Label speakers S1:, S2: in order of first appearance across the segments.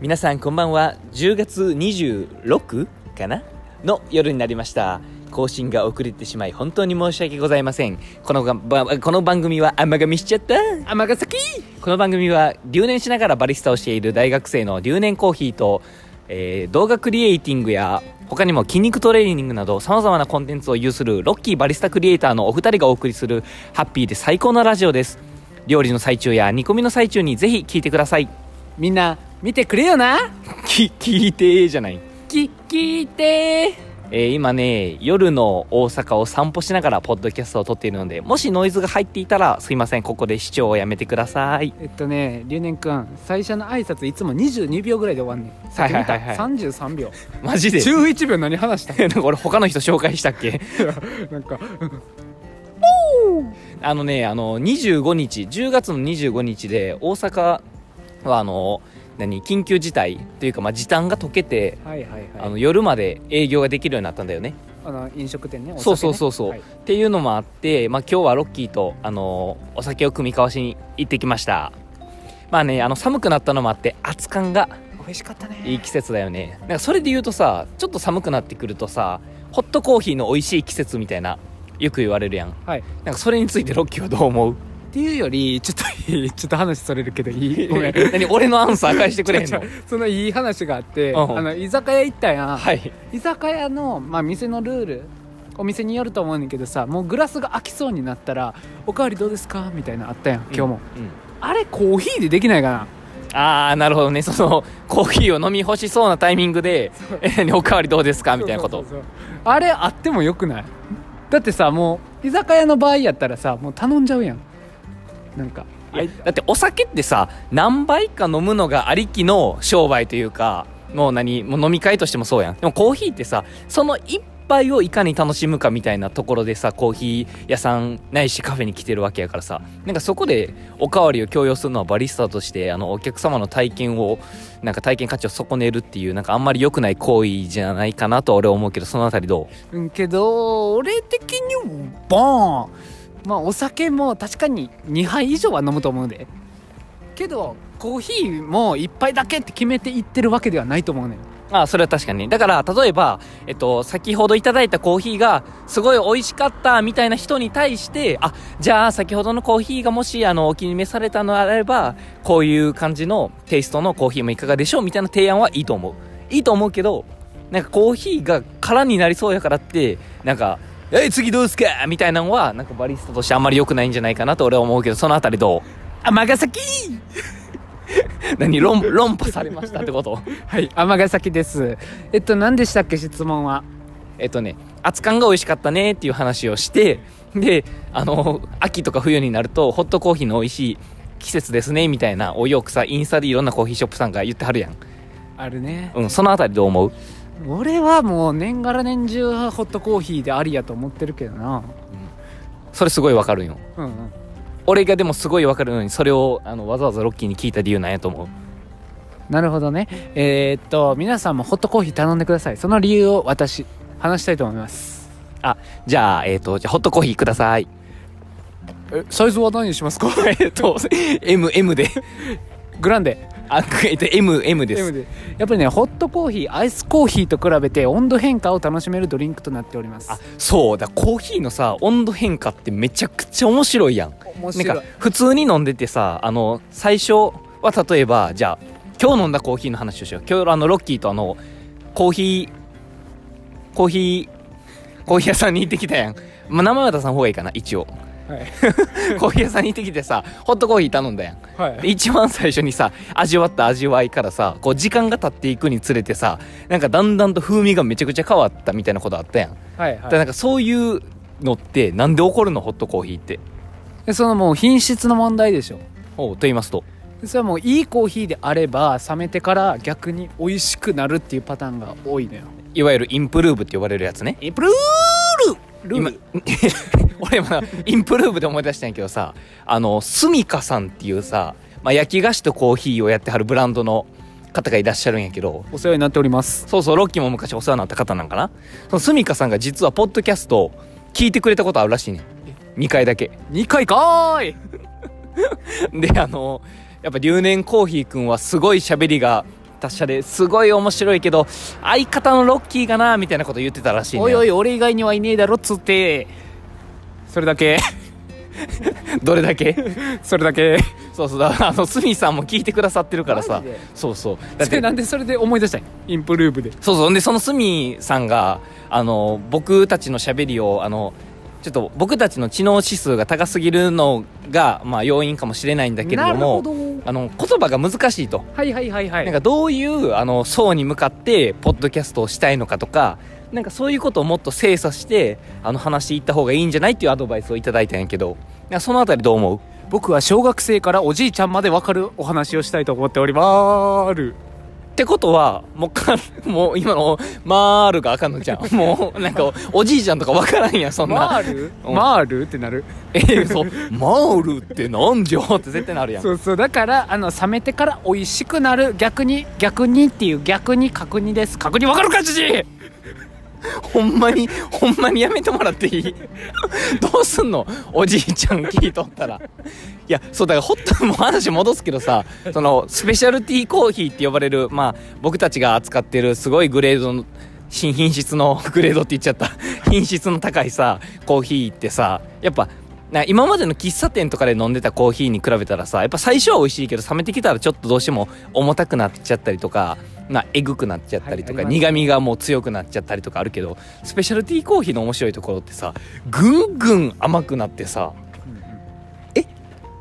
S1: 皆さんこんばんは10月26かなの夜になりました更新が遅れてしまい本当に申し訳ございませんこのがばこの番組は甘噛みしちゃった甘が先この番組は留年しながらバリスタをしている大学生の留年コーヒーと、えー動画クリエイティングや他にも筋肉トレーニングなど様々なコンテンツを有するロッキーバリスタクリエイターのお二人がお送りするハッピーで最高なラジオです料理の最中や煮込みの最中にぜひ聞いてください
S2: みんな見てくれよな
S1: き 聞いてじゃない、
S2: き聞いて
S1: えー今ね夜の大阪を散歩しながらポッドキャストを撮っているのでもしノイズが入っていたらすいませんここで視聴をやめてください
S2: えっとね留年くん最初の挨拶いつも22秒ぐらいで終わんねんさっき見た、
S1: はいはいはいは
S2: 33秒
S1: マジで
S2: 11秒何話した
S1: なんか俺他の人紹介したっけ
S2: なんか
S1: あのねあの25日10月の25日で大阪はあの何緊急事態というか、まあ、時短が解けて、
S2: はいはいはい
S1: あの夜まで営業ができるようになったんだよね
S2: あの飲食店ねお酒ね
S1: そうそうそうそう
S2: はい
S1: っていうのもあって、まあ、今日はロッキーと、あのーお酒を組み交わしに行ってきましたまあねあの寒くなったのもあって熱感が
S2: 美味しかったね
S1: いい季節だよねなんかそれで言うとさちょっと寒くなってくるとさホットコーヒーの美味しい季節みたいなよく言われるやん
S2: はい、っ
S1: なんかそれについてロッキーはどう思う
S2: ていうよりちょっといいちょっと話それるけど いいごめん
S1: 何俺のアンサー返してくれへんの
S2: 違う違うそのいい話があって、
S1: うん
S2: あの居酒屋行ったやん、
S1: はい
S2: 居酒屋の、まあ、店のルールお店によると思うねんだけどさもうグラスが空きそうになったら「おかわりどうですか?」みたいなのあったやん今日も、
S1: うん、うん
S2: あれコーヒーでできないかな
S1: ああなるほどねそのコーヒーを飲み干しそうなタイミングで「え 何おかわりどうですか?」みたいなこと
S2: そうそうそうあれあってもよくないだってさもう居酒屋の場合やったらさもう頼んじゃうやんなんか
S1: いやだってお酒ってさ何杯か飲むのがありきの商売というかもう何もう飲み会としてもそうやんでもコーヒーってさその一杯をいかに楽しむかみたいなところでさコーヒー屋さんないしカフェに来てるわけやからさなんかそこでおかわりを強要するのはバリスタとしてあのお客様の体験をなんか体験価値を損ねるっていうなんかあんまり良くない行為じゃないかなとは俺は思うけどそのあたりどう
S2: うんけど俺的にボーンまあお酒も確かに2杯以上は飲むと思うでけどコーヒーも1杯だけって決めていってるわけではないと思うねん
S1: ああそれは確かにだから例えば、えっと、先ほどいただいたコーヒーがすごい美味しかったみたいな人に対してあじゃあ先ほどのコーヒーがもしあのお気に召されたのであればこういう感じのテイストのコーヒーもいかがでしょうみたいな提案はいいと思ういいと思うけどなんかコーヒーが空になりそうやからってなんか「え次どうすか?」みたいなのはなんかバリスタとしてあんまり良くないんじゃないかなと俺は思うけど そのあたりど
S2: 尼崎
S1: う何論論破されましたってこと
S2: はい尼崎ですえっと何でしたっけ質問は
S1: えっとね、熱燗が美味しかったねっていう話をして、で、あの、秋とか冬になると、ホットコーヒーの美味しい季節ですね、みたいな、およくさ、インスタでいろんなコーヒーショップさんが言ってはるやん。
S2: あるね
S1: うん、そのあたりどう思う
S2: 俺はもう年がら年中ホットコーヒーでありやと思ってるけどな
S1: それすごいわかるんよ。
S2: うんうん
S1: 俺がでもすごいわかるのに、それを、あの、わざわざロッキーに聞いた理由なんやと思う。
S2: なるほどねえーっと皆さんもホットコーヒー頼んでくださいその理由を私話したいと思います
S1: あ、じゃあ、えっ、と、じゃあ、ホットコーヒーください。
S2: えサイズは何にしますか
S1: えっと、M、M で。
S2: グランデ
S1: あ、えっと、M、M です。
S2: M でやっぱりねホットコーヒーアイスコーヒーと比べて温度変化を楽しめるドリンクとなっております
S1: あ、そうだ、コーヒーのさ、温度変化ってめちゃくちゃ面白いやん。
S2: 面
S1: なん
S2: 白
S1: か
S2: い
S1: 普通に飲んでてさあの最初は例えばじゃあ今日飲んだコーヒーの話をしよう今日あのロッキーとあのコーヒーコーヒーコーヒー屋さんに行ってきたやん、まあ、名前は出さん方がいいかな一 応コーヒー屋さんに行ってきてさホットコーヒー頼んだやん
S2: はい、は
S1: で
S2: い、
S1: 一番最初にさ味わった味わいからさこう時間が経っていくにつれてさなんかだんだんと風味がめちゃくちゃ変わったみたいなことあったやん、
S2: はい
S1: だ
S2: は
S1: から
S2: い
S1: なんかそういうのってなんで起こるのホットコーヒーって
S2: でそのもう品質の問題でしょ
S1: おうと言いますと
S2: それはもういいコーヒーであれば冷めてから逆に美味しくなるっていうパターンが多いのよ
S1: いわゆるインプルーブって呼ばれるやつね。
S2: インプルール
S1: 今俺今 インプルーブで思い出したんやけどさあのスミカさんっていうさ、まあ、焼き菓子とコーヒーをやってはるブランドの方がいらっしゃるんやけど
S2: お世話になっております
S1: そうそうロッキーも昔お世話になった方なんかなそのスミカさんが実はポッドキャストを聞いてくれたことあるらしいね2回だけ
S2: 2回かーい
S1: であのやっぱ留年コーヒーくんはすごい喋りが達者ですごい面白いけど相方のロッキーがなみたいなこと言ってたらしいの
S2: おい
S1: よ
S2: おい俺以外にはいねえだろっつってそれだけ
S1: どれだけ
S2: それだけ
S1: そうそうだあのスミさんも聞いてくださってるから
S2: マ
S1: さ
S2: ジで
S1: そうそう だっ
S2: それ
S1: て
S2: なんでそれで思い出したいインプルーブで
S1: そうそうでそのスミさんがあの僕たちのしゃべりをあのちょっと僕たちの知能指数が高すぎるのが、まあ、要因かもしれないんだけれ
S2: な
S1: ど
S2: るほ
S1: も
S2: ど
S1: あの言葉が難しいと
S2: はいはいはいはい
S1: なんかどういうあの層に向かってポッドキャストをしたいのかとかなんかそういうことをもっと精査してあの話していった方がいいんじゃないっていうアドバイスをいただいたんやけどなんかそのあたりどう思う
S2: 僕は小学生からおじいちゃんまでわかるお話をしたいと思っておりまーる
S1: ってことはもうかもう今の「まーる」があかんのじゃ んもうなんかおじいちゃんとかわからんやんそんな
S2: まーる
S1: うん
S2: まーるってなる
S1: えー、そう「マウルってなんじゃ?」って絶対なるやん
S2: そうそうだからあの冷めてから美味しくなる逆に逆にっていう逆に確認です確認わかるかじじい
S1: ほんまにほんまにやめてもらってい いどうすんのおじいちゃん聞いとったらいやそうだからホットも話戻すけど さそのスペシャルティーコーヒーって呼ばれるまあ僕たちが扱ってるすごいグレードの新品質の グレードって言っちゃった品質の高いさコーヒーってさやっぱな今までの喫茶店とかで飲んでたコーヒーに比べたらさやっぱ最初は美味しいけど冷めてきたらちょっとどうしても重たくなっちゃったりとかなえぐくなっちゃったりとか、
S2: はいありますね
S1: 苦味がもう強くなっちゃったりとかあるけどスペシャルティーコーヒーの面白いところってさぐんぐん甘くなってさ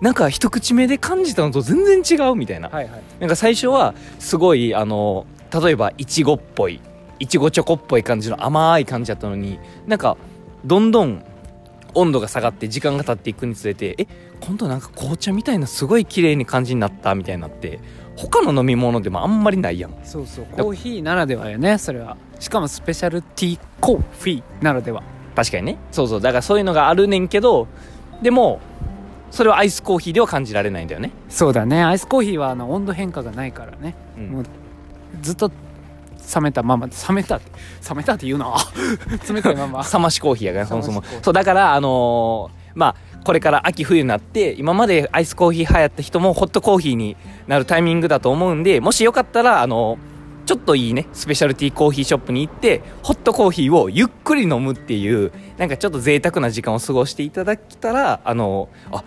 S1: なんか一口目で感じたのと全然違うみたいな、
S2: はいはい
S1: なんか最初はすごいあの例えばいちごっぽいいちごチョコっぽい感じの甘い感じだったのになんかどんどん温度が下がって時間が経っていくにつれてえ今度なんか紅茶みたいなすごい綺麗に感じになったみたいになって他の飲み物でもあんまりないやん
S2: そうそうコーヒーならではよねそれはしかもスペシャルティーコーヒーならでは
S1: 確かにねそうそうだからそういうのがあるねんけどでもそれはアイスコーヒーでは感じられないんだよね、
S2: そうだねアイスコーヒーはあの温度変化がないからね
S1: うん
S2: もうずっと冷めたまま冷めたって冷めたって言うな 冷たいまま
S1: 冷ましコーヒーやからそもそも
S2: 冷ましコーヒー
S1: そうだからあのーまあこれから秋冬になって今までアイスコーヒー流行った人もホットコーヒーになるタイミングだと思うんでもしよかったらあのーちょっといいねスペシャルティーコーヒーショップに行ってホットコーヒーをゆっくり飲むっていうなんかちょっと贅沢な時間を過ごしていただけたらあのーあ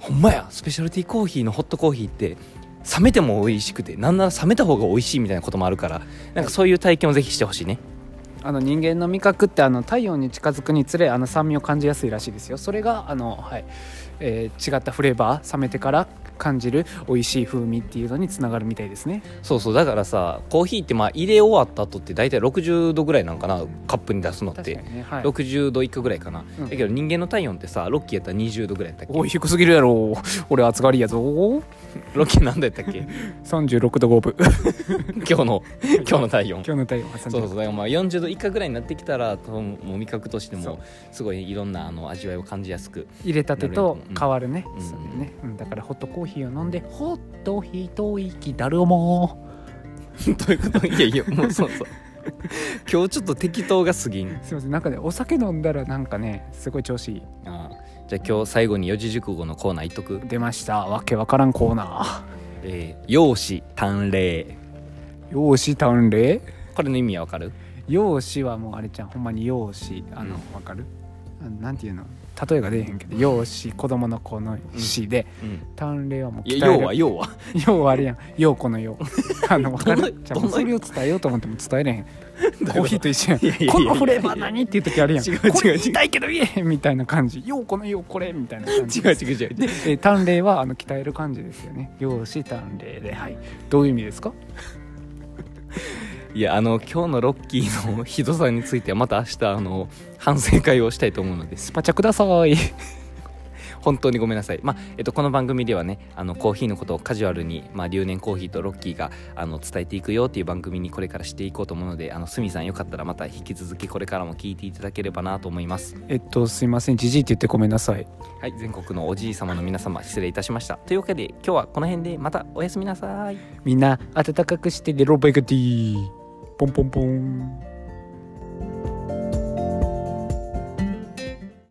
S1: ほんまやスペシャルティーコーヒーのホットコーヒーって冷めても美味しくてなんなら冷めた方が美味しいみたいなこともあるからなんかそういう体験をぜひしてほしいね
S2: あの人間の味覚ってあの太陽に近づくにつれあの酸味を感じやすいらしいですよそれがあの、はいえー違ったフレーバー冷めてから感じる美味しい風味っていうのにつながるみたいですね
S1: そうそうだからさコーヒーってまあ入れ終わった後って大体60度ぐらいなんかなカップに出すのっ
S2: 確か
S1: て、
S2: にね、はい、
S1: 60度以下ぐらいかな、
S2: うん
S1: だけど人間の体温ってさロッキーやったら20度ぐらいやったっけ
S2: おい低すぎるやろ俺暑がりやぞ
S1: ロッキーなんだやったっけ
S2: 36度5分
S1: 今日の今日の体温
S2: 今日の太陽は36
S1: そうそう
S2: 度
S1: だからまあ40度以下ぐらいになってきたらともう味覚としてもすごいいろんなあの味わいを感じやすく
S2: 入れたてと
S1: うん
S2: 変わるね,、
S1: うん
S2: そうだよねうん、だからホットコーヒーを飲んでほっと一息だるも
S1: どういうこといやいやもうそう そう今日ちょっと適当が過ぎん
S2: すいませんなんかねお酒飲んだらなんかねすごい調子いい
S1: あーじゃあ今日最後に四字熟語のコーナーいっとく
S2: 出ましたわけわからんコーナ
S1: 「えー、容姿端麗
S2: ー容姿端麗」
S1: これの意味はわかる
S2: 容姿はもうあれちゃんほんまに容姿あの、
S1: う
S2: わかるあのなんていうの例えが出えへんけど容姿子供の子の死で、
S1: うん
S2: 鍛錬はもう鍛え
S1: い
S2: る
S1: や要は要は
S2: 要はあれやん陽子の陽あのわか
S1: ど
S2: る
S1: の
S2: じゃ
S1: ど
S2: あもう
S1: の
S2: それを伝えようと思っても伝えれへんコーヒーと一緒やん
S1: いやいやいや
S2: このフレーバー何っていう時あるやん
S1: 違う違う違う
S2: これ言いたいけど言えへんみたいな感じ陽子の陽これみたいな感じ
S1: 違う違う違う
S2: で、えー鍛錬はあの鍛える感じですよね容姿鍛錬ではいどういう意味ですか
S1: いやあの今日のロッキーのひどさについてはまた明日あの反省会をしたいと思うのです
S2: スパチャください
S1: 本当にごめんなさい、まあえっと、この番組ではねあのコーヒーのことをカジュアルに、まあ、留年コーヒーとロッキーがあの伝えていくよっていう番組にこれからしていこうと思うのであのスミさんよかったらまた引き続きこれからも聞いていただければなと思います
S2: えっとすいませんじじいって言ってごめんなさい
S1: はい全国のおじい様の皆様失礼いたしましたというわけで今日はこの辺でまたおやすみなさい
S2: みんな暖かくしてでロバイクティーポンポンポン